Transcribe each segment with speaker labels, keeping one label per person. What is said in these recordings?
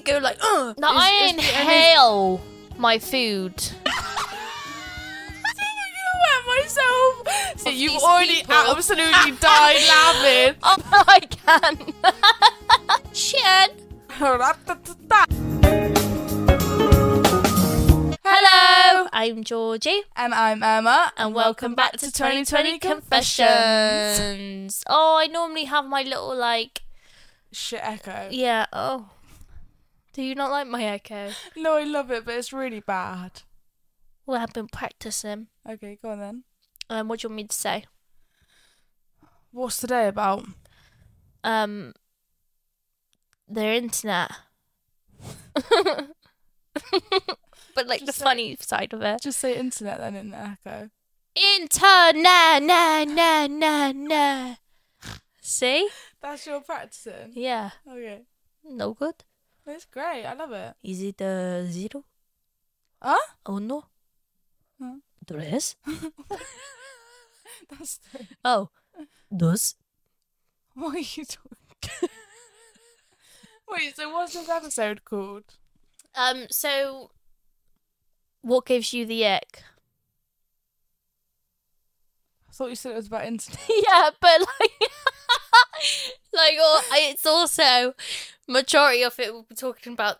Speaker 1: No, I inhale my food.
Speaker 2: myself. So
Speaker 1: Of
Speaker 2: you've
Speaker 1: these
Speaker 2: already
Speaker 1: people.
Speaker 2: absolutely died laughing.
Speaker 1: Oh, no, I can. Shit.
Speaker 2: Hello,
Speaker 1: I'm Georgie,
Speaker 2: and I'm um, Emma,
Speaker 1: and welcome back to 2020 Confessions. Oh, I normally have my little like,
Speaker 2: Shit, echo.
Speaker 1: yeah. Oh, do you not like my echo?
Speaker 2: No, I love it, but it's really bad.
Speaker 1: Well, I've been practicing.
Speaker 2: Okay, go on then.
Speaker 1: Um, what do you want me to say?
Speaker 2: What's today about?
Speaker 1: Um, their internet. but like the
Speaker 2: Just say-
Speaker 1: funny side of it.
Speaker 2: Just say internet then in the echo.
Speaker 1: Internet, na na na na. See?
Speaker 2: That's your practicing.
Speaker 1: Yeah.
Speaker 2: Okay,
Speaker 1: No good.
Speaker 2: that's great. I love it.
Speaker 1: Is it uh, zero?
Speaker 2: Huh?
Speaker 1: Oh no.
Speaker 2: Huh?
Speaker 1: Tres?
Speaker 2: That's
Speaker 1: Oh. Dos?
Speaker 2: what are you talking? Wait, so what's this episode called?
Speaker 1: Um, so. What gives you the ick?
Speaker 2: I thought you said it was about internet.
Speaker 1: yeah, but like. like, or, it's also. Majority of it will be talking about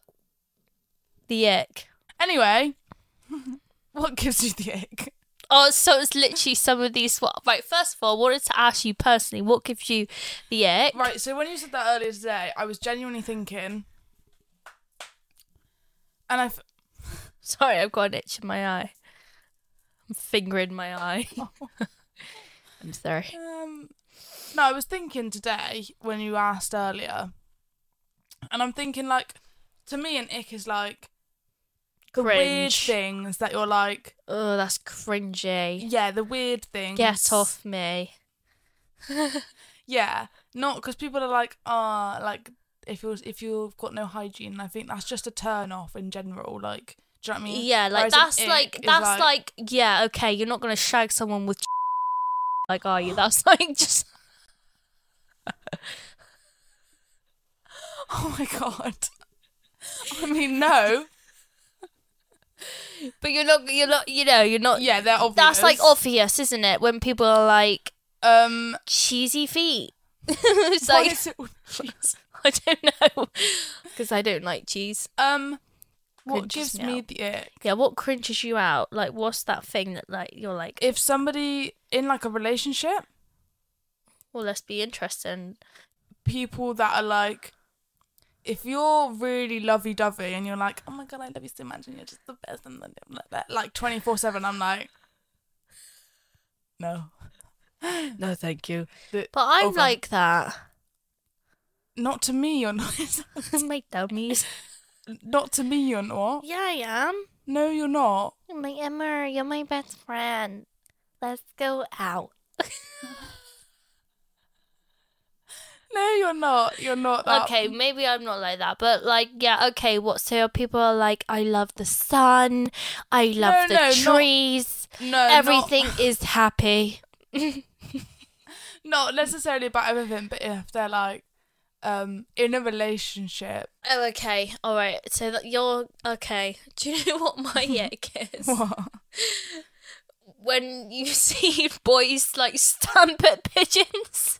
Speaker 1: the ick.
Speaker 2: Anyway, what gives you the ick?
Speaker 1: Oh, so it's literally some of these. What, right, first of all, I wanted to ask you personally what gives you the ick?
Speaker 2: Right, so when you said that earlier today, I was genuinely thinking, and I, f-
Speaker 1: Sorry, I've got an itch in my eye. I'm fingering my eye. I'm sorry.
Speaker 2: um, no, I was thinking today when you asked earlier, and I'm thinking like, to me, an ick is like the weird
Speaker 1: Cringe.
Speaker 2: things that you're like,
Speaker 1: Oh, that's cringy.
Speaker 2: yeah, the weird things.
Speaker 1: Get off me.
Speaker 2: Yeah, not because people are like, ah, like if you if you've got no hygiene, I think that's just a turn off in general. Like, do you know what I mean?
Speaker 1: Yeah, like
Speaker 2: Whereas an
Speaker 1: that's
Speaker 2: ick
Speaker 1: like
Speaker 2: is
Speaker 1: that's like, yeah, okay, you're not gonna shag someone with like are you? That's like just
Speaker 2: oh my god. I mean, no.
Speaker 1: but you're not you're not you know, you're not
Speaker 2: Yeah, they're obvious.
Speaker 1: that's like obvious, isn't it? When people are like
Speaker 2: um.
Speaker 1: cheesy feet. it's like I don't know. Because I don't like cheese.
Speaker 2: um. What
Speaker 1: Cringes
Speaker 2: gives
Speaker 1: me
Speaker 2: me
Speaker 1: out.
Speaker 2: the ick?
Speaker 1: Yeah, what cringes you out? Like, what's that thing that like you're like? "Eh,
Speaker 2: If somebody in like a relationship,
Speaker 1: Well, let's be interesting.
Speaker 2: people that are like, if you're really lovey dovey and you're like, oh my god, I love you so much and you're just the best and then I'm like that, like twenty four seven, I'm like, no,
Speaker 1: No, thank you.
Speaker 2: The-
Speaker 1: But I'm
Speaker 2: over.
Speaker 1: like that.
Speaker 2: not to me, you're not.
Speaker 1: my dummies.
Speaker 2: not to me, you're not.
Speaker 1: Yeah, I am.
Speaker 2: No, you're not.
Speaker 1: I'm like Emma. You're my best friend. Let's go out.
Speaker 2: No, you're not. You're not. That.
Speaker 1: Okay, maybe I'm not like that, but like, yeah, okay. What? So people are like, I love the sun. I love the
Speaker 2: No, no, not-
Speaker 1: trees.
Speaker 2: No, not-
Speaker 1: Everything is happy.
Speaker 2: not necessarily about everything, but if they're like um in a relationship.
Speaker 1: Oh, okay. All right. So that you're okay. Do you know what my ick is?
Speaker 2: What?
Speaker 1: when you see boys like stamp at pigeons.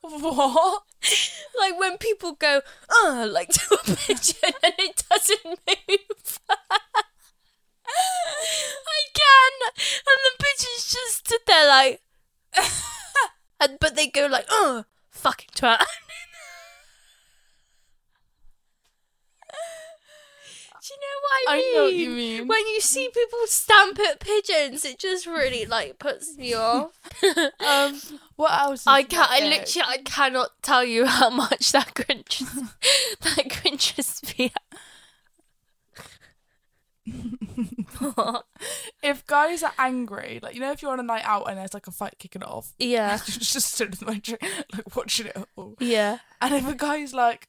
Speaker 2: What?
Speaker 1: Like when people go, oh, like to a pigeon and it doesn't move. I can. And the pigeons just stood there like, and, but they go like, oh, fucking twat. Do you know what I
Speaker 2: I
Speaker 1: mean?
Speaker 2: know what you mean.
Speaker 1: When you see people stamp at pigeons, it just really like puts me off.
Speaker 2: Um what else? is
Speaker 1: I
Speaker 2: my
Speaker 1: can't. I
Speaker 2: ick?
Speaker 1: literally. I cannot tell you how much that cringes. that cringes me. out.
Speaker 2: if guys are angry, like you know if you're on a night out and there's like a fight kicking off.
Speaker 1: yeah.
Speaker 2: you just stood in my chair, like watching it all.
Speaker 1: Yeah.
Speaker 2: And if a guy's like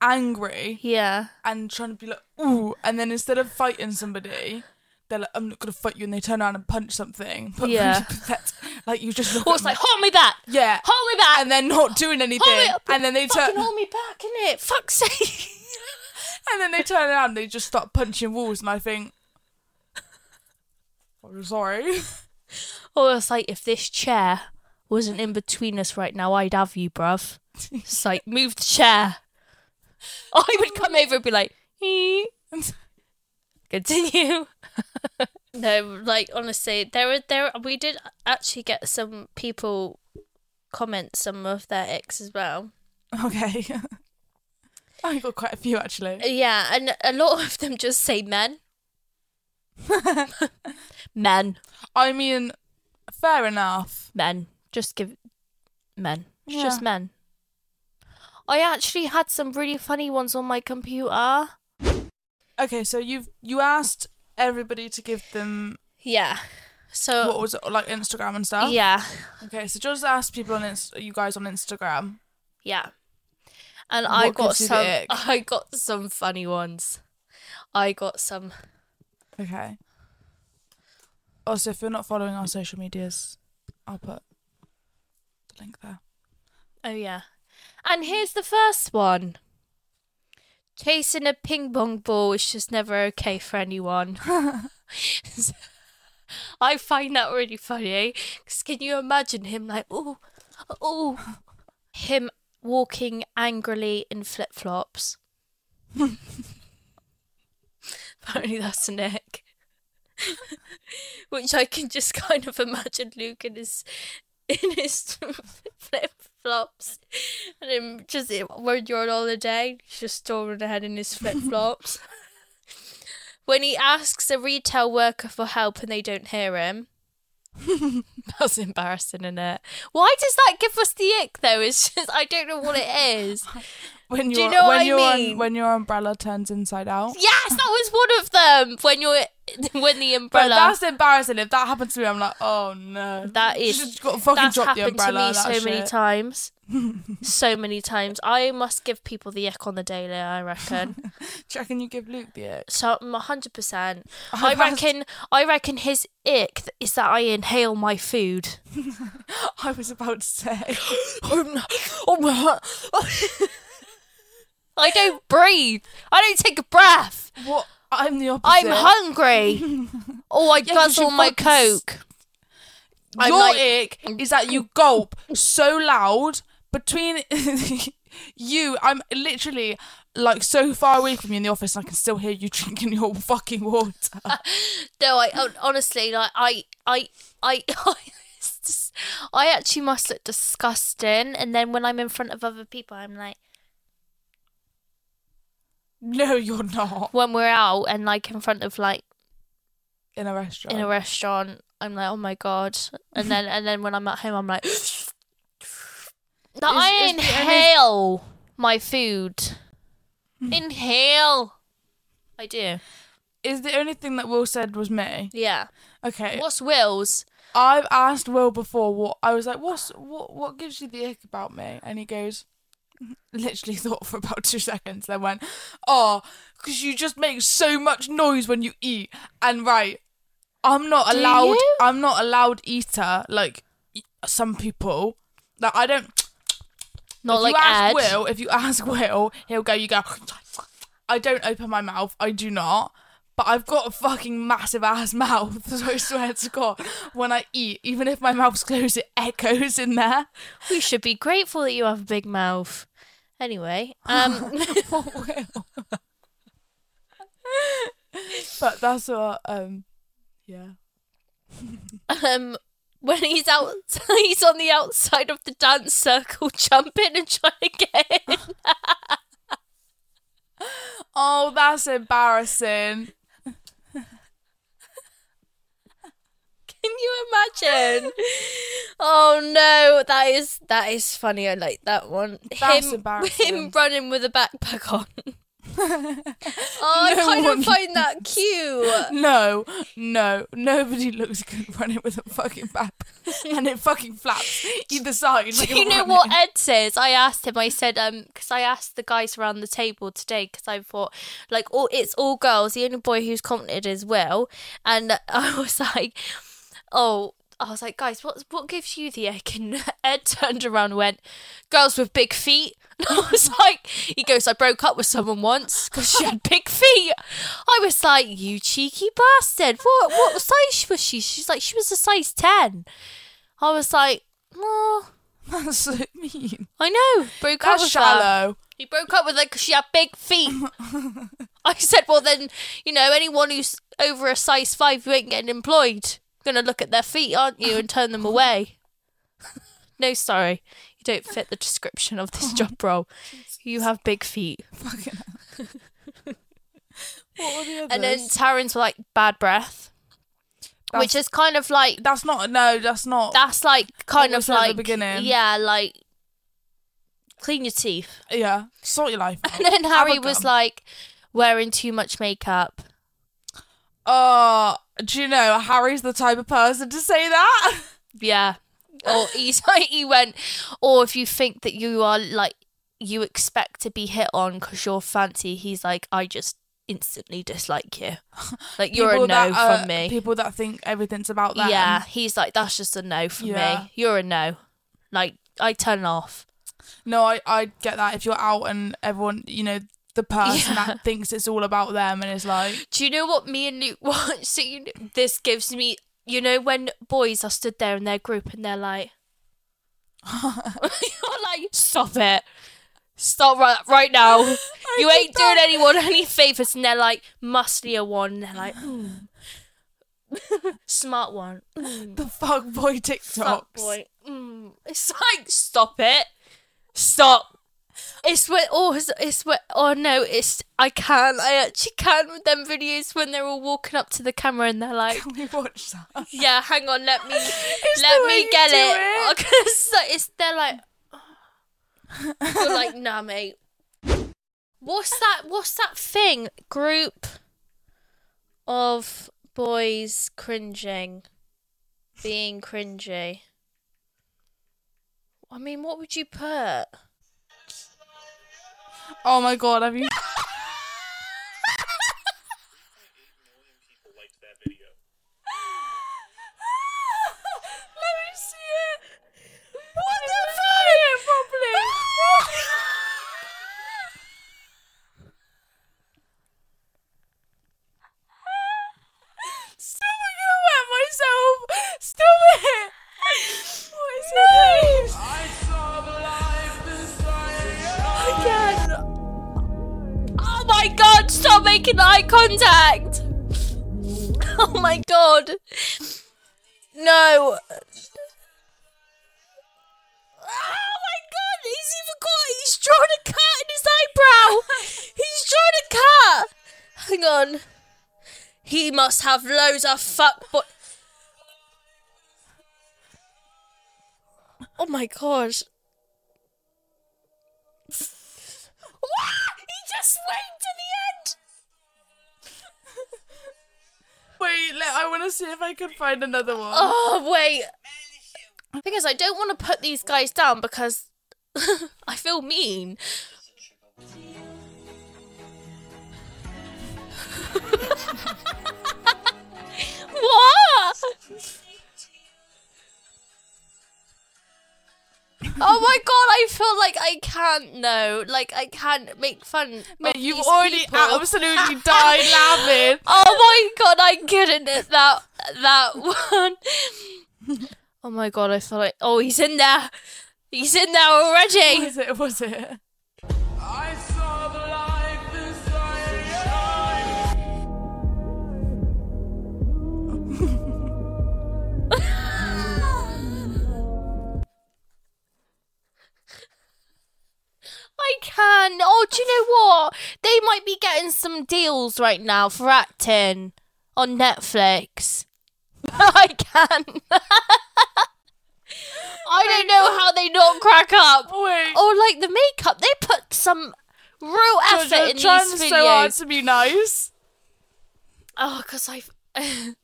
Speaker 2: angry
Speaker 1: Yeah.
Speaker 2: and trying to be like, ooh, and then instead of fighting somebody, they're like, I'm not gonna fight you, and they turn around and punch something. But
Speaker 1: Yeah.
Speaker 2: that's- like you just look
Speaker 1: Or
Speaker 2: at
Speaker 1: it's
Speaker 2: them
Speaker 1: like, hold me back!
Speaker 2: yeah,
Speaker 1: Hold me back!
Speaker 2: and they're not doing anything,
Speaker 1: up,
Speaker 2: and then they turn
Speaker 1: Fucking hold me back, innit? Fuck's sake!
Speaker 2: and then they turn around, and they just start punching walls, and I think, I'm sorry.
Speaker 1: Or it's like, if this chair wasn't in between us right now, I'd have you, bruv. It's like, move the chair. I would come over and be like, "Eh." continue. no, like honestly, there were there we did actually get some people comment some of their ex as well.
Speaker 2: Okay. I got quite a few actually.
Speaker 1: Yeah, and a lot of them just say men. men,
Speaker 2: I mean, fair enough.
Speaker 1: men, just give men. It's
Speaker 2: Yeah.
Speaker 1: just men. I actually had some really funny ones on my computer.
Speaker 2: Okay, so you've you asked everybody to give them
Speaker 1: Yeah. So
Speaker 2: what was it like Instagram and stuff.
Speaker 1: Oh. yeah,
Speaker 2: Okay, so just ask people on Inst- you guys on Instagram.
Speaker 1: Yeah. And I
Speaker 2: What
Speaker 1: got
Speaker 2: gives you the
Speaker 1: some
Speaker 2: ick?
Speaker 1: I got some funny ones. I got some
Speaker 2: Okay. Also, if you're not following our social medias, I'll put the link there.
Speaker 1: Oh yeah. And here's the first one. Chasing a ping pong ball is just never okay for anyone. I find that really funny. eh? 'cause can you imagine him like, oh, oh, him walking angrily in flip flops? Apparently, that's an ick. Which I can just kind of imagine Luke in his in his flip flops and him just when you're on holiday, he's just storming ahead in his flip flops. when he asks a retail worker for help and they don't hear him. That's embarrassing, isn't it? Why does that give us the ick though? It's just I don't know what it is.
Speaker 2: When
Speaker 1: Do you
Speaker 2: your-
Speaker 1: know what
Speaker 2: when
Speaker 1: I
Speaker 2: your
Speaker 1: mean?
Speaker 2: when your umbrella turns inside out.
Speaker 1: Yes, that was one of them. When you're when the
Speaker 2: But
Speaker 1: umbrella
Speaker 2: that's embarrassing. If that happened to me, I'm like, oh no.
Speaker 1: That is-
Speaker 2: Just got fucking
Speaker 1: that's
Speaker 2: drop the
Speaker 1: happened to
Speaker 2: umbrella.
Speaker 1: me so
Speaker 2: that
Speaker 1: many
Speaker 2: shit.
Speaker 1: times. so many times. I must give people the ick on the daily, I reckon.
Speaker 2: Do you reckon you give Luke the ick?
Speaker 1: so I'm 100%. I reckon I reckon his ick th- is that I inhale my food.
Speaker 2: I was about to say.
Speaker 1: I don't breathe. I don't take a breath.
Speaker 2: What? I'm the opposite.
Speaker 1: I'm hungry. or I
Speaker 2: 'cause
Speaker 1: guzzle
Speaker 2: you
Speaker 1: my
Speaker 2: fucking s-
Speaker 1: coke. I'm
Speaker 2: Your
Speaker 1: like-
Speaker 2: ick is that you gulp so loud between you. I'm literally like so far away from you in the office, and I can still hear you drinking your fucking water.
Speaker 1: No, I hon- honestly like I I I I, it's just- I actually must look disgusting, and then when I'm in front of other people, I'm like
Speaker 2: No, you're not
Speaker 1: when we're out and like in front of like
Speaker 2: in a restaurant.
Speaker 1: in a restaurant, I'm like oh my god, and then and then when I'm at home, I'm like no,
Speaker 2: Is-
Speaker 1: I
Speaker 2: is the only-
Speaker 1: inhale my food,
Speaker 2: Hmm.
Speaker 1: inhale. I do,
Speaker 2: is the only thing that Will said was me.
Speaker 1: yeah.
Speaker 2: Okay,
Speaker 1: What's Will's?
Speaker 2: I've asked Will before. What I was like, what's what? What gives you the ick about me? And he goes, literally thought for about two seconds, then went, oh, because you just make so much noise when you eat. And right, I'm not
Speaker 1: Do
Speaker 2: allowed.
Speaker 1: you?
Speaker 2: I'm not a loud eater like y- some people. Like I don't.
Speaker 1: Not
Speaker 2: if
Speaker 1: like
Speaker 2: you ask
Speaker 1: Ed.
Speaker 2: Will, if you ask Will, he'll go. You go. I don't open my mouth. I do not. But I've got a fucking massive ass mouth, so I swear to God, when I eat, even if my mouth's closed, it echoes in there.
Speaker 1: We should be grateful that you have a big mouth. Anyway, um,
Speaker 2: What will? but that's what. Um, yeah.
Speaker 1: um, when he's out, he's on the outside of the dance circle, jumping and trying to get in.
Speaker 2: Oh, that's embarrassing.
Speaker 1: Can you imagine? Oh no, that is that is funny. I like that one.
Speaker 2: That's
Speaker 1: him,
Speaker 2: embarrassing.
Speaker 1: him running with a backpack on. Oh,
Speaker 2: No
Speaker 1: I kind
Speaker 2: one
Speaker 1: of find that cute.
Speaker 2: No, no, nobody looks good running with a fucking map, and it fucking flaps either side.
Speaker 1: Do
Speaker 2: when
Speaker 1: you
Speaker 2: you're
Speaker 1: know what
Speaker 2: running.
Speaker 1: Ed says? I asked him. I said, um, because I asked the guys around the table today because I thought, like, all it's all girls. The only boy who's confident is Will, and I was like, oh, I was like, guys, what what gives you the egg? And Ed turned around and went, girls with big feet. And I was like, he goes, I broke up with someone once because she had big feet. I was like, you cheeky bastard. What what size was she? She's like, she was a size ten. I was like, oh.
Speaker 2: That's so mean.
Speaker 1: I know. Broke up
Speaker 2: That's
Speaker 1: with her.
Speaker 2: shallow.
Speaker 1: He broke up with her because she had big feet. I said, well, then, you know, anyone who's over a size five, you ain't getting employed. You're going to look at their feet, aren't you, and turn them away. no, sorry. You don't fit the description of this job role. You have big feet.
Speaker 2: What were the others?
Speaker 1: And then Taryn's like, bad breath.
Speaker 2: That's-
Speaker 1: which is kind of like,
Speaker 2: that's not no. That's not.
Speaker 1: that's like, kind of
Speaker 2: What was it at the
Speaker 1: like,
Speaker 2: beginning?
Speaker 1: yeah, like, clean your teeth.
Speaker 2: yeah. Sort your life. out.
Speaker 1: And then
Speaker 2: Have a
Speaker 1: Harry was
Speaker 2: go.
Speaker 1: like wearing too much makeup.
Speaker 2: Oh, do you know Harry's the type of person to say that?
Speaker 1: Yeah. Or he's like, he went, or if you think that you are like, you expect to be hit on because you're fancy, he's like, I just instantly dislike you. Like, you're
Speaker 2: People
Speaker 1: a no
Speaker 2: that, uh,
Speaker 1: from me.
Speaker 2: People that think everything's about them.
Speaker 1: yeah. He's like, that's just a no from
Speaker 2: Yeah.
Speaker 1: me. You're a no. Like, I turn off.
Speaker 2: No, I I get that. If you're out and everyone, you know, the person that thinks it's all about them and it's like,
Speaker 1: Do you know what me and Luke watched? So you kn- this gives me, you know, when boys are stood there in their group and they're like, you're like, stop it, stop right right now. you
Speaker 2: did
Speaker 1: ain't
Speaker 2: that.
Speaker 1: doing anyone any favors. And they're like, musclier one. And they're like, mm. smart one.
Speaker 2: the fuck boy TikToks.
Speaker 1: Fuck boy. Mm. It's like, stop it, stop. It's when oh it's, it's when oh no it's I can I actually can with them videos when they're all walking up to the camera and they're like
Speaker 2: Can we watch that?
Speaker 1: yeah, hang on, let me
Speaker 2: the
Speaker 1: let
Speaker 2: way
Speaker 1: me
Speaker 2: you
Speaker 1: get
Speaker 2: do
Speaker 1: it.
Speaker 2: it.
Speaker 1: Because it's they're like you're like, nah mate. What's that what's that thing? Group of boys cringing. Being cringy. I mean, what would you put?
Speaker 2: Oh my god, have you?
Speaker 1: Ah! Let me see it. What the fuck? Ah! properly.
Speaker 2: Stop it! I'm gonna wet myself. Stop it! What is it?
Speaker 1: Again. Oh my god, stop making eye contact. Oh my god. No. Oh Oh my god, he's even got, he's drawn a cat in his eyebrow. He's drawn a cat. Hang on. He must have loads of fuck boy. Oh my god. He just went to the end.
Speaker 2: Wait, let, I want to see if I can find another one.
Speaker 1: Oh wait. Because I don't want to put these guys down because I feel mean. what? Oh my god, I feel like I can't no, like I can't make fun.
Speaker 2: Mate,
Speaker 1: of
Speaker 2: you've
Speaker 1: these
Speaker 2: already
Speaker 1: people.
Speaker 2: absolutely died laughing.
Speaker 1: Oh my god, I couldn't at that that one. Oh my god, I feel like oh he's in there. He's in there already.
Speaker 2: Was it? Was it?
Speaker 1: I can. Oh, do you know what? They might be getting some deals right now for acting on Netflix. I can. I don't know how they don't crack up.
Speaker 2: Wait.
Speaker 1: Oh, Or like the makeup, they put some Real
Speaker 2: You're-
Speaker 1: effort
Speaker 2: you're
Speaker 1: in
Speaker 2: trying
Speaker 1: these videos.
Speaker 2: so hard to be nice.
Speaker 1: Oh, because I've.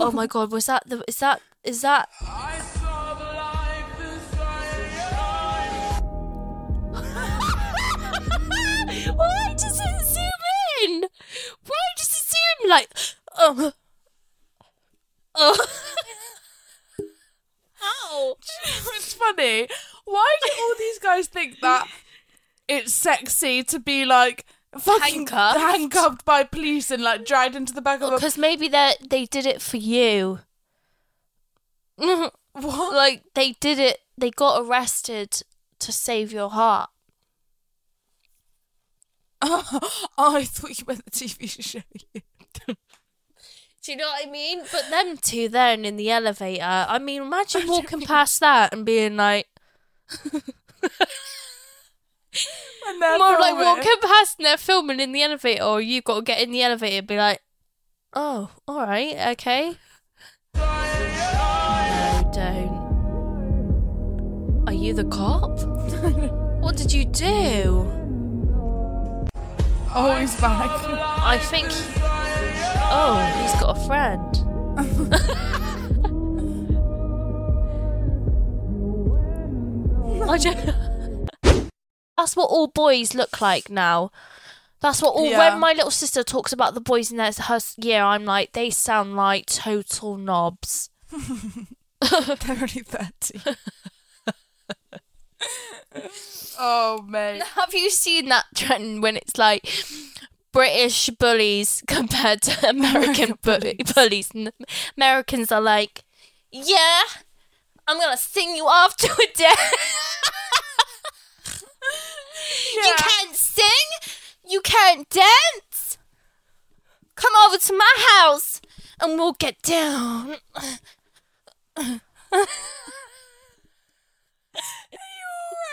Speaker 1: oh my god, was that the. Is that. Is that. Why does it zoom in? Why does it zoom like. Oh. Oh. Ow.
Speaker 2: it's funny. Why do all these guys think that it's sexy to be like fucking
Speaker 1: Handcuffed.
Speaker 2: handcuffed by police and like dragged into the back of a
Speaker 1: Because maybe they they did it for you.
Speaker 2: what?
Speaker 1: like they did it they got arrested to save your heart
Speaker 2: I thought you meant the TV show.
Speaker 1: do you know what i mean but them two then in the elevator i mean imagine walking past that and being like
Speaker 2: And they're
Speaker 1: more like
Speaker 2: filming.
Speaker 1: walking past and they're filming in the elevator or you've got to get in the elevator and be like oh all right okay no don't are you the cop what did you do
Speaker 2: Oh, he's back.
Speaker 1: I think. Oh, he's got a friend. I don't. That's what all boys look like now. That's what all.
Speaker 2: Yeah.
Speaker 1: When my little sister talks about the boys in their her year, I'm like, they sound like total knobs.
Speaker 2: They're only 30. oh, mate.
Speaker 1: Have you seen that trend when it's like British bullies compared to American bully- bullies? And Americans are like, yeah, I'm gonna sing you off to a death. You
Speaker 2: Yeah.
Speaker 1: can't sing, you can't dance. Come over to my house and we'll get down.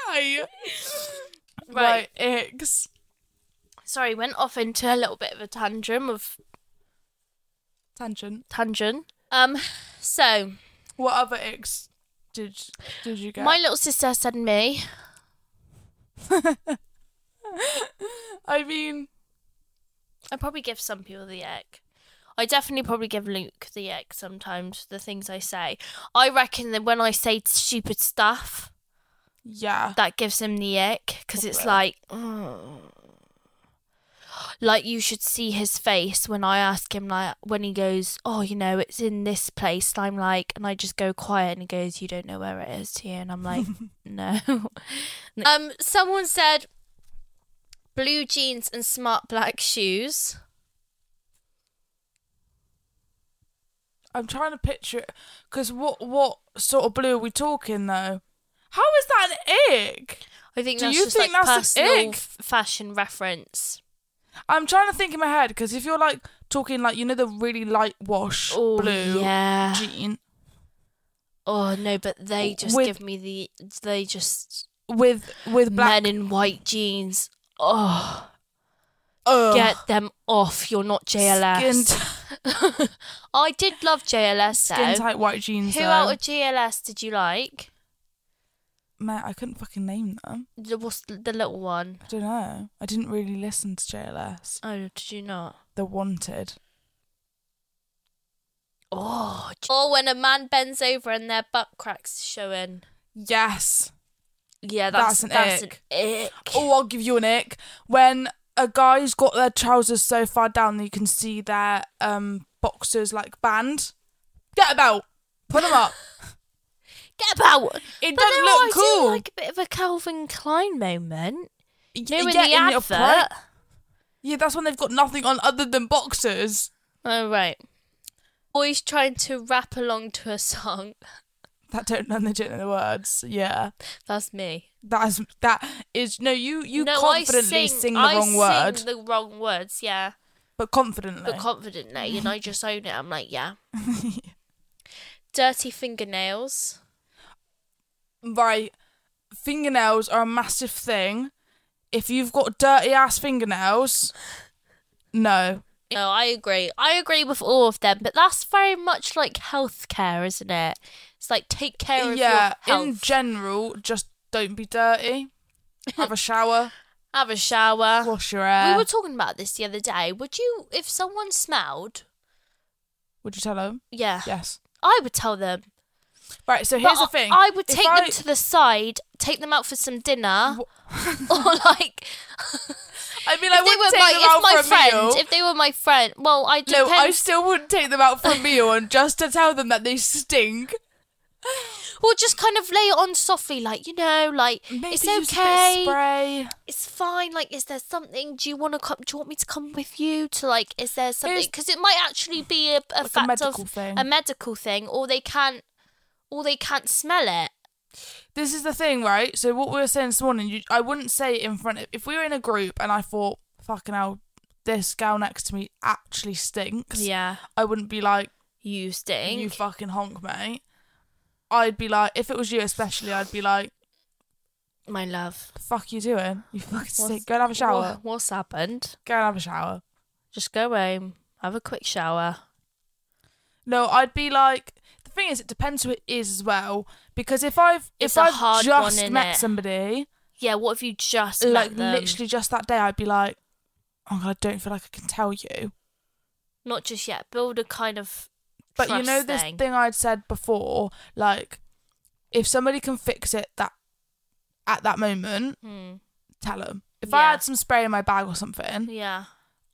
Speaker 2: Right.
Speaker 1: Right.
Speaker 2: Right, X.
Speaker 1: Sorry, went off into a little bit of a tantrum of
Speaker 2: Tangent.
Speaker 1: tangent. Um, so
Speaker 2: What other X did did you get?
Speaker 1: my little sister said me.
Speaker 2: I mean,
Speaker 1: I probably give some people the egg. I definitely probably give Luke the egg sometimes, the things I say. I reckon that when I say stupid stuff,
Speaker 2: yeah.
Speaker 1: that gives him the ick because it's like, "Ugh." like you should see his face when I ask him, like, when he goes, Oh, you know, it's in this place. And I'm like, and I just go quiet and he goes, You don't know where it is, do you? And I'm like, No. um, someone said blue jeans and smart black shoes.
Speaker 2: I'm trying to picture it. Because what, what sort of blue are we talking, though? How is that an egg?
Speaker 1: I think
Speaker 2: Do
Speaker 1: that's
Speaker 2: you
Speaker 1: just
Speaker 2: think
Speaker 1: like
Speaker 2: that's an
Speaker 1: personal
Speaker 2: egg?
Speaker 1: f- fashion reference.
Speaker 2: I'm trying to think in my head because if you're like talking like you know the really light wash
Speaker 1: Oh
Speaker 2: blue
Speaker 1: yeah.
Speaker 2: jean
Speaker 1: Oh no, but they just
Speaker 2: With-
Speaker 1: give me the they just
Speaker 2: with with black
Speaker 1: men in white jeans. Oh,
Speaker 2: Ugh.
Speaker 1: get them off! You're not JLS.
Speaker 2: skin,
Speaker 1: I did love JLS
Speaker 2: skin
Speaker 1: though.
Speaker 2: tight white jeans.
Speaker 1: Who
Speaker 2: though.
Speaker 1: out of GLS did you like?
Speaker 2: Man, I couldn't fucking name them.
Speaker 1: The, what's the the little one?
Speaker 2: I don't know. I didn't really listen to JLS.
Speaker 1: Oh, did you not?
Speaker 2: The Wanted.
Speaker 1: Oh, j- or when a man bends over and their butt cracks showing.
Speaker 2: Yes.
Speaker 1: Yeah,
Speaker 2: That's
Speaker 1: that's
Speaker 2: an
Speaker 1: that's
Speaker 2: ick.
Speaker 1: an ick.
Speaker 2: Oh, I'll give you an ick. When a guy's got their trousers so far down that you can see their um boxers like band, get a belt. Put them up.
Speaker 1: Get out!
Speaker 2: It
Speaker 1: But no,
Speaker 2: doesn't look
Speaker 1: I
Speaker 2: cool.
Speaker 1: do like a bit of a Calvin Klein moment.
Speaker 2: Y-
Speaker 1: You know, in
Speaker 2: yeah,
Speaker 1: the
Speaker 2: and you're
Speaker 1: advert.
Speaker 2: pri- Yeah, that's when they've got nothing on other than boxers.
Speaker 1: Oh right. Always trying to rap along to a song.
Speaker 2: That don't know legit in the words. Yeah,
Speaker 1: That's me.
Speaker 2: that is that is no. You you
Speaker 1: no,
Speaker 2: confidently
Speaker 1: I sing,
Speaker 2: sing, the
Speaker 1: I
Speaker 2: wrong
Speaker 1: sing
Speaker 2: word,
Speaker 1: The wrong words, yeah,
Speaker 2: but confidently.
Speaker 1: but confidently, and I just own it. I'm like, yeah. Dirty fingernails.
Speaker 2: right, fingernails are a massive thing. If you've got dirty ass fingernails, no.
Speaker 1: No, I agree. I agree with all of them, but that's very much like healthcare, isn't it? It's like take care of
Speaker 2: yeah,
Speaker 1: your
Speaker 2: in
Speaker 1: health.
Speaker 2: general, just don't be dirty. Have a shower.
Speaker 1: Have a shower.
Speaker 2: Wash your
Speaker 1: we
Speaker 2: hair.
Speaker 1: were talking about this the other day. Would you, if someone smelled,
Speaker 2: Would you tell them?
Speaker 1: yeah,
Speaker 2: Yes.
Speaker 1: I would tell them.
Speaker 2: Right. So
Speaker 1: But
Speaker 2: here's the
Speaker 1: I-
Speaker 2: thing.
Speaker 1: I would
Speaker 2: If
Speaker 1: take
Speaker 2: I-
Speaker 1: them to the side, take them out for some dinner, or like
Speaker 2: I mean, I
Speaker 1: if they
Speaker 2: wouldn't
Speaker 1: were
Speaker 2: take
Speaker 1: my,
Speaker 2: them
Speaker 1: if
Speaker 2: out
Speaker 1: my
Speaker 2: for a
Speaker 1: friend,
Speaker 2: meal.
Speaker 1: if they were my friend, well, I
Speaker 2: no,
Speaker 1: depends.
Speaker 2: I still wouldn't take them out for a meal, and just to tell them that they stink.
Speaker 1: Well, just kind of lay it on softly, like you know, like it's okay,
Speaker 2: spray.
Speaker 1: it's fine. Like, is there something? Do you want to come? Do you want me to come with you? To like, is there something?
Speaker 2: It's-
Speaker 1: Because it might actually be a, a
Speaker 2: a
Speaker 1: fact
Speaker 2: medical
Speaker 1: of
Speaker 2: thing.
Speaker 1: a medical thing, or they can't, or they can't smell it.
Speaker 2: This is the thing, right? So what we were saying this morning, you, I wouldn't say it in front of. If we were in a group and I thought, "Fucking hell, this gal next to me actually stinks,"
Speaker 1: Yeah,
Speaker 2: I wouldn't be like,
Speaker 1: you stink.
Speaker 2: "You fucking honk, mate." I'd be like, if it was you especially, I'd be like,
Speaker 1: my love.
Speaker 2: "The fuck you doing? You fucking stink.
Speaker 1: What's-
Speaker 2: Go and have a shower.
Speaker 1: Wha- What's happened?
Speaker 2: Go and have a shower."
Speaker 1: Just go home, have a quick shower.
Speaker 2: No, I'd be like. The thing is, it depends who it is as well. Because if I've
Speaker 1: It's
Speaker 2: if
Speaker 1: a
Speaker 2: I've
Speaker 1: hard one,
Speaker 2: just
Speaker 1: innit?
Speaker 2: met somebody,
Speaker 1: Yeah, what if you just met
Speaker 2: like
Speaker 1: them?
Speaker 2: literally just that day, I'd be like, "Oh god, I don't feel like I can tell you."
Speaker 1: not just yet? Build a kind of
Speaker 2: But you know
Speaker 1: trust
Speaker 2: this
Speaker 1: thing.
Speaker 2: thing. I'd said before, like if somebody can fix it that at that moment,
Speaker 1: Hmm.
Speaker 2: tell them. If
Speaker 1: Yeah.
Speaker 2: I had some spray in my bag or something,
Speaker 1: Yeah.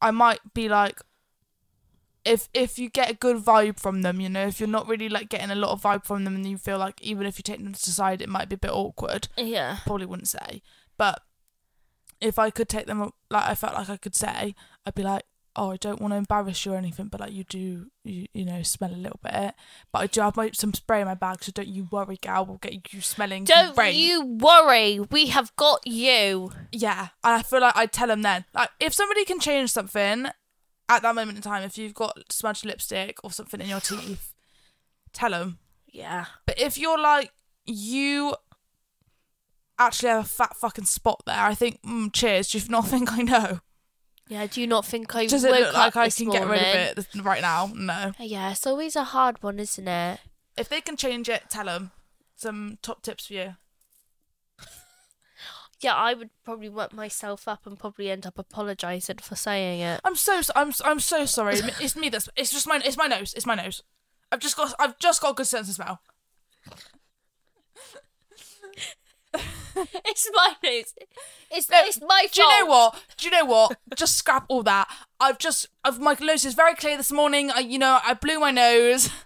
Speaker 2: I might be like, if if you get a good vibe from them, you know, if you're not really like getting a lot of vibe from them, and you feel like even if you take them to the side, it might be a bit awkward.
Speaker 1: Yeah.
Speaker 2: Probably wouldn't say, but if I could take them, like I felt like I could say, I'd be like. Oh, I don't want to embarrass you or anything, but like you do, you, you know, smell a little bit. But I do have my, some spray in my bag, so don't you worry, gal. We'll get you smelling
Speaker 1: Don't
Speaker 2: great.
Speaker 1: you worry, we have got you.
Speaker 2: Yeah, and I feel like I'd tell them then. Like, if somebody can change something at that moment in time, if you've got smudged lipstick or something in your teeth, tell them.
Speaker 1: Yeah.
Speaker 2: But if you're like, you actually have a fat fucking spot there, I think, mm, cheers, do you not think I know?
Speaker 1: Yeah, do you not think I
Speaker 2: Does it
Speaker 1: woke
Speaker 2: look like
Speaker 1: up
Speaker 2: I
Speaker 1: this
Speaker 2: can
Speaker 1: morning?
Speaker 2: get rid of it th- right now? No.
Speaker 1: Yeah, it's always a hard one, isn't it?
Speaker 2: If they can change it, tell them. Some top tips for you.
Speaker 1: Yeah, I would probably work myself up and probably end up apologising for saying it.
Speaker 2: I'm so so- I'm so- I'm so sorry. It's me that's it's just my it's my nose. It's my nose. I've just got I've just got a good sense of smell.
Speaker 1: It's my nose. It's,
Speaker 2: No,
Speaker 1: it's my fault.
Speaker 2: Do you know what? Do you know what? Just scrap all that. I've just, I've, my nose is very clear this morning. I, you know, I blew my nose.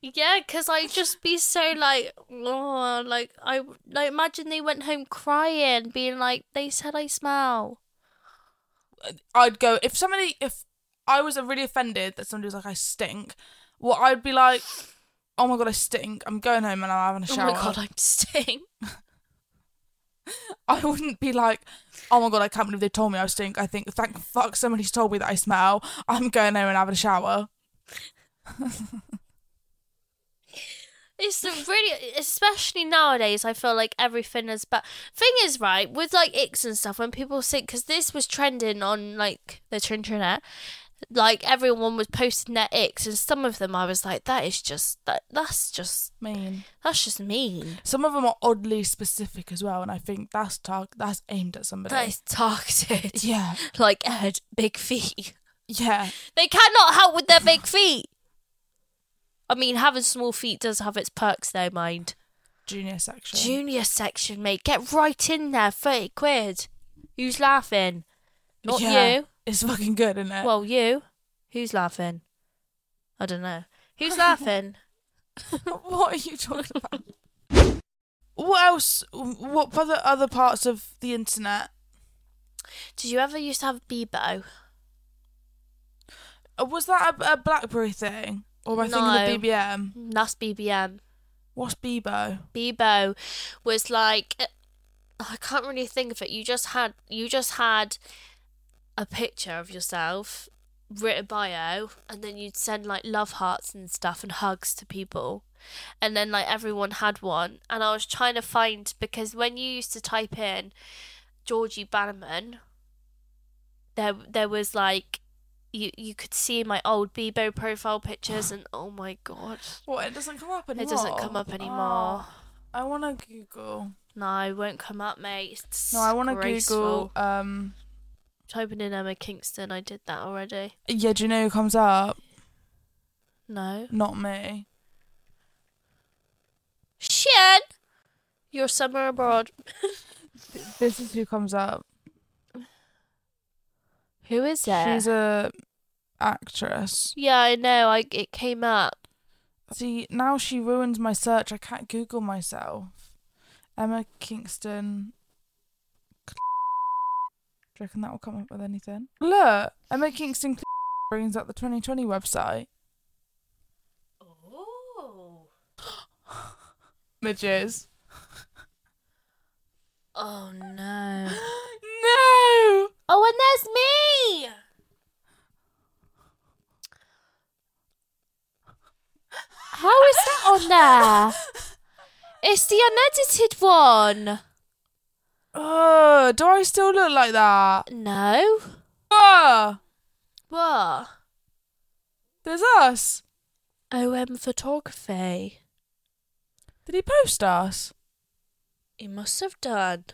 Speaker 1: Yeah, because I just be so like, oh, like I like imagine they went home crying, being like, they said I smell.
Speaker 2: I'd go if somebody, if I was really offended that somebody was like, I stink. What I'd be like, oh my god, I stink. I'm going home and I'm having a shower.
Speaker 1: Oh my god, I'm stink.
Speaker 2: I wouldn't be like, oh my god, I can't believe they told me I stink. I think thank fuck somebody's told me that I smell. I'm going home and having a shower.
Speaker 1: It's really, especially nowadays, I feel like everything is bad. Thing is, right, with like icks and stuff, when people say, because this was trending on like the Trintrinet, like everyone was posting their icks, and some of them I was like, that is just, that that's just,
Speaker 2: Mean.
Speaker 1: that's just mean.
Speaker 2: Some of them are oddly specific as well, and I think that's tar- that's aimed at somebody.
Speaker 1: That is targeted.
Speaker 2: yeah,
Speaker 1: Like Ed, big feet.
Speaker 2: yeah.
Speaker 1: They cannot help with their big feet. I mean, having small feet does have its perks, though, mind.
Speaker 2: junior section.
Speaker 1: Junior section, mate. Get right in there. 30 quid. Who's laughing? Not
Speaker 2: Yeah.
Speaker 1: you.
Speaker 2: It's fucking good, isn't it?
Speaker 1: Well, you. Who's laughing? I don't know. Who's laughing?
Speaker 2: what are you talking about? what else? um, What other other parts of the internet?
Speaker 1: Did you ever used to have Bebo?
Speaker 2: Uh, Was that a, a BlackBerry thing, or am I
Speaker 1: No.
Speaker 2: thinking of BBM?
Speaker 1: That's BBM.
Speaker 2: What's Bebo?
Speaker 1: Bebo was like uh, I can't really think of it. You just had you just had a picture of yourself, written bio, and then you'd send like love hearts and stuff and hugs to people. And then like everyone had one. And I was trying to find because when you used to type in Georgie Bannerman, there there was like you you could see my old Bebo profile pictures and oh my god.
Speaker 2: What? It doesn't come up anymore.
Speaker 1: It doesn't come up anymore.
Speaker 2: Oh, I want to Google.
Speaker 1: No, it won't come up, mate. It's
Speaker 2: No, I want to
Speaker 1: disgraceful.
Speaker 2: Google. Um,
Speaker 1: Typing in Emma Kingston. I did that already.
Speaker 2: yeah, do you know who comes up?
Speaker 1: No.
Speaker 2: Not me.
Speaker 1: Shit! Your summer abroad.
Speaker 2: This is who comes up.
Speaker 1: Who is
Speaker 2: She's a actress.
Speaker 1: yeah, I know. I it came up.
Speaker 2: See, now she ruins my search. I can't Google myself. Emma Kingston. Do you reckon that will come up with anything? Look, Emma Kingston brings up the 2020 website.
Speaker 1: Oh.
Speaker 2: Midges.
Speaker 1: Oh no.
Speaker 2: no!
Speaker 1: Oh, and there's me. How is that on there? It's the unedited one.
Speaker 2: Ugh, Oh, do I still look like that?
Speaker 1: No.
Speaker 2: Ugh,
Speaker 1: What?
Speaker 2: there's us.
Speaker 1: OM photography.
Speaker 2: Did he post us?
Speaker 1: He must have done.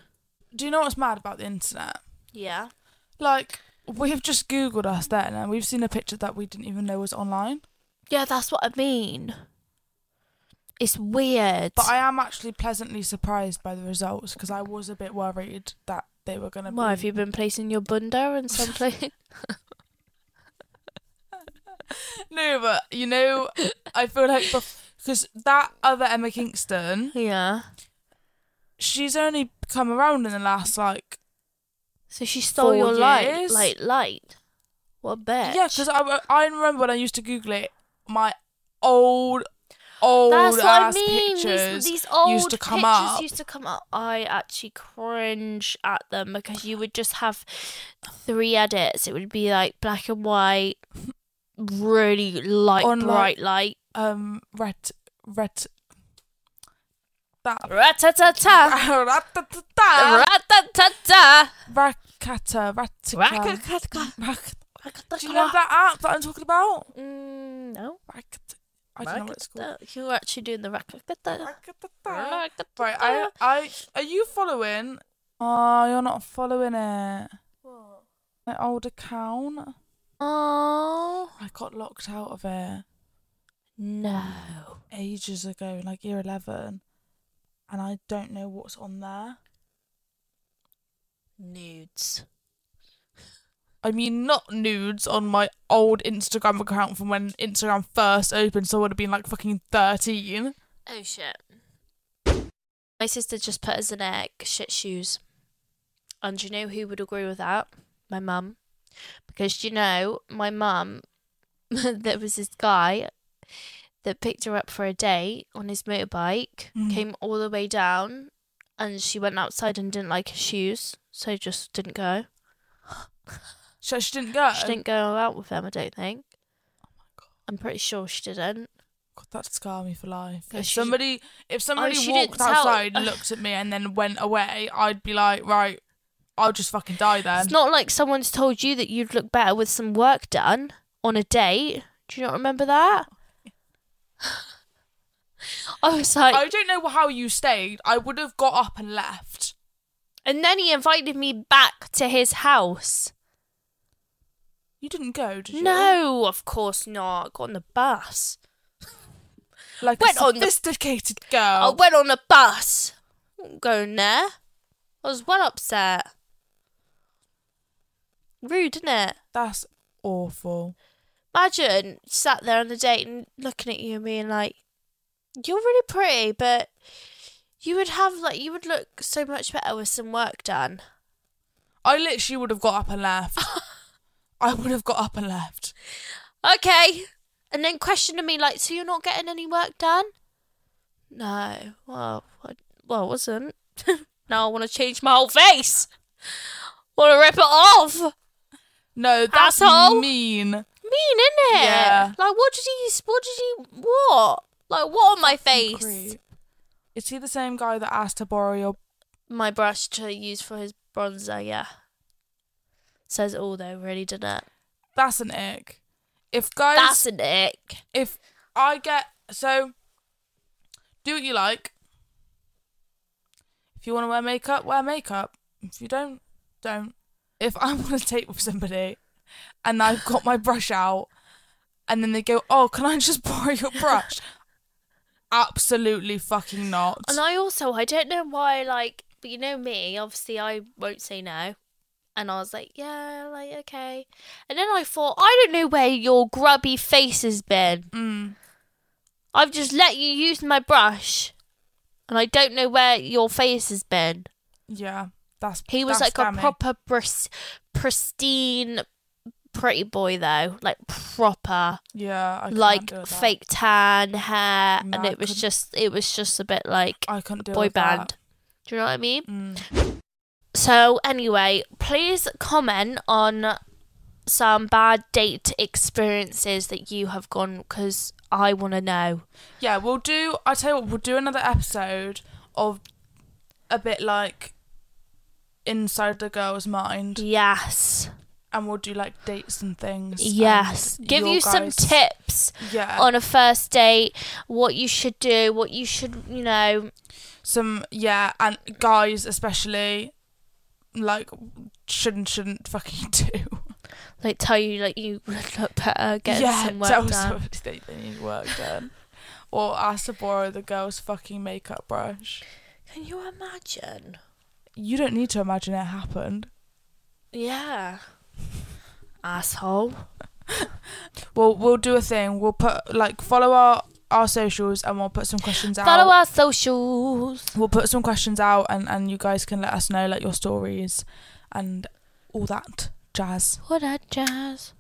Speaker 2: Do you know what's mad about the internet?
Speaker 1: Yeah.
Speaker 2: Like, we've just Googled us then and we've seen a picture that we didn't even know was online.
Speaker 1: Yeah, that's what I mean. It's weird.
Speaker 2: But I am actually pleasantly surprised by the results because I was a bit worried that they were going to be.
Speaker 1: Why have you been placing your bunda in some place?
Speaker 2: No, but you know, I feel like because that other Emma Kingston,
Speaker 1: yeah.
Speaker 2: she's only come around in the last like
Speaker 1: So she stole
Speaker 2: Four
Speaker 1: your light,
Speaker 2: years?
Speaker 1: like light. What a bitch.
Speaker 2: Yeah, because I, I remember when I used to Google it, my old, old
Speaker 1: that's what I
Speaker 2: ass
Speaker 1: mean.
Speaker 2: pictures
Speaker 1: These, these old
Speaker 2: used to come
Speaker 1: pictures
Speaker 2: up.
Speaker 1: used to come up. I actually cringe at them because you would just have three edits. It would be like black and white, really light,
Speaker 2: On, like,
Speaker 1: bright light.
Speaker 2: um, red, red, that.
Speaker 1: Ra-ta-ta-ta.
Speaker 2: Ra-ta-ta-ta,
Speaker 1: Ra-ta-ta-ta.
Speaker 2: Rakata, Ratika.
Speaker 1: Ra-ka-ka-ka.
Speaker 2: Rak- Do you know that app that I'm talking about?
Speaker 1: Mm, no.
Speaker 2: Rakat- I don't know what it's called.
Speaker 1: Ra-ka-ta. You were actually doing the rakakata.
Speaker 2: Rakatata. Right, I, I, are you following? Oh, you're not following it. My old account.
Speaker 1: Oh
Speaker 2: I got locked out of it.
Speaker 1: no!
Speaker 2: ages ago, like year 11, and I don't know what's on there.
Speaker 1: Nudes.
Speaker 2: I mean, not nudes on my old Instagram account from when Instagram first opened, so I would have been like fucking 13.
Speaker 1: Oh shit! My sister just put us in egg shit shoes, and do you know who would agree with that? My mum, because do you know my mum, there was this guy that picked her up for a date on his motorbike,
Speaker 2: Mm.
Speaker 1: came all the way down, and she went outside and didn't like his shoes, so just didn't go.
Speaker 2: So she didn't go.
Speaker 1: She didn't go out with them, I don't think.
Speaker 2: Oh God.
Speaker 1: I'm pretty sure she didn't.
Speaker 2: God, that scarred me for life.
Speaker 1: Yeah,
Speaker 2: If
Speaker 1: she-
Speaker 2: somebody, if somebody
Speaker 1: she didn't
Speaker 2: walked
Speaker 1: tell-
Speaker 2: outside, looked at me, and then went away, I'd be like, right, I'll just fucking die then.
Speaker 1: It's not like someone's told you that you'd look better with some work done on a date. Do you not remember that? I was like,
Speaker 2: I don't know how you stayed. I would have got up and left.
Speaker 1: and then he invited me back to his house.
Speaker 2: You didn't go, did you?
Speaker 1: No, of course not. Got on the bus.
Speaker 2: Like
Speaker 1: Went
Speaker 2: a
Speaker 1: on the-
Speaker 2: sophisticated
Speaker 1: I
Speaker 2: girl.
Speaker 1: went on a bus. Wasn't Going there. I was well upset. Rude, isn't it?
Speaker 2: That's awful.
Speaker 1: Imagine sat there on the date and looking at you and being like, "You're really pretty, but you would have like you would look so much better with some work done."
Speaker 2: I literally would have got up and left. I would have got up and left.
Speaker 1: Okay, and then questioning me like, "So you're not getting any work done?" No. Well, I, well, I wasn't. now I want to change my whole face. Want to rip it off.
Speaker 2: No, that's
Speaker 1: Asshole.
Speaker 2: mean.
Speaker 1: mean, isn't it?
Speaker 2: Yeah.
Speaker 1: Like, what did he? What did he? What? Like, what on my face?
Speaker 2: Great. Is he the same guy that asked to borrow your?
Speaker 1: My brush to use for his bronzer. Yeah. Says it all though, really, doesn't it?
Speaker 2: That's an ick. If guys,
Speaker 1: That's an ick.
Speaker 2: if I get so, do what you like. If you want to wear makeup, wear makeup. If you don't, don't. If I'm on a date with somebody and I've got my brush out and then they go, oh, can I just borrow your brush? Absolutely fucking not.
Speaker 1: And I also, I don't know why, like, but you know me, obviously I won't say no. And I was like, yeah, like, okay. And then I thought, I don't know where your grubby face has been.
Speaker 2: Mm.
Speaker 1: I've just let you use my brush. And I don't know where your face has been.
Speaker 2: Yeah, that's
Speaker 1: He was
Speaker 2: that's
Speaker 1: like a
Speaker 2: scammy.
Speaker 1: proper pris- pristine pretty boy though, like proper
Speaker 2: yeah, I can't
Speaker 1: like
Speaker 2: do with that.
Speaker 1: fake tan hair
Speaker 2: No,
Speaker 1: and
Speaker 2: I
Speaker 1: it was
Speaker 2: couldn't.
Speaker 1: just it was just a bit like
Speaker 2: I couldn't do
Speaker 1: boy
Speaker 2: with that.
Speaker 1: band. Do you know what I mean?
Speaker 2: Mm.
Speaker 1: So anyway, please comment on some bad date experiences that you have gone because I want to know.
Speaker 2: Yeah, we'll do. I tell you what, we'll do another episode of a bit like inside the girl's mind,
Speaker 1: Yes,
Speaker 2: and we'll do like dates and things. and
Speaker 1: yes. Give
Speaker 2: your
Speaker 1: you some
Speaker 2: guys-
Speaker 1: tips
Speaker 2: Yeah,
Speaker 1: on a first date, what you should do, what you should, you know,
Speaker 2: some yeah, and guys especially like shouldn't shouldn't fucking do.
Speaker 1: like tell you like you would look better, get
Speaker 2: yeah,
Speaker 1: some work
Speaker 2: tell
Speaker 1: done.
Speaker 2: somebody that they need work done, or ask to borrow the girl's fucking makeup brush.
Speaker 1: Can you imagine?
Speaker 2: You don't need to imagine it happened.
Speaker 1: Yeah. Asshole.
Speaker 2: We'll we'll do a thing. We'll put like follow our our socials and we'll put some questions out.
Speaker 1: Follow our socials.
Speaker 2: We'll put some questions out and and you guys can let us know like your stories and all that jazz.
Speaker 1: What a jazz.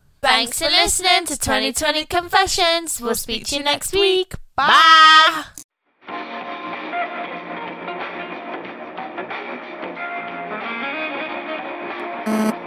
Speaker 1: Thanks
Speaker 2: Thanks for
Speaker 1: for
Speaker 2: listening
Speaker 1: listening
Speaker 2: to
Speaker 1: to
Speaker 2: 2020
Speaker 1: 2020 Confessions.
Speaker 2: We'll
Speaker 1: We'll speak
Speaker 2: speak to
Speaker 1: to
Speaker 2: you
Speaker 1: you
Speaker 2: next
Speaker 1: next
Speaker 2: week.
Speaker 1: week.
Speaker 2: Bye.
Speaker 1: Bye.
Speaker 3: Mm.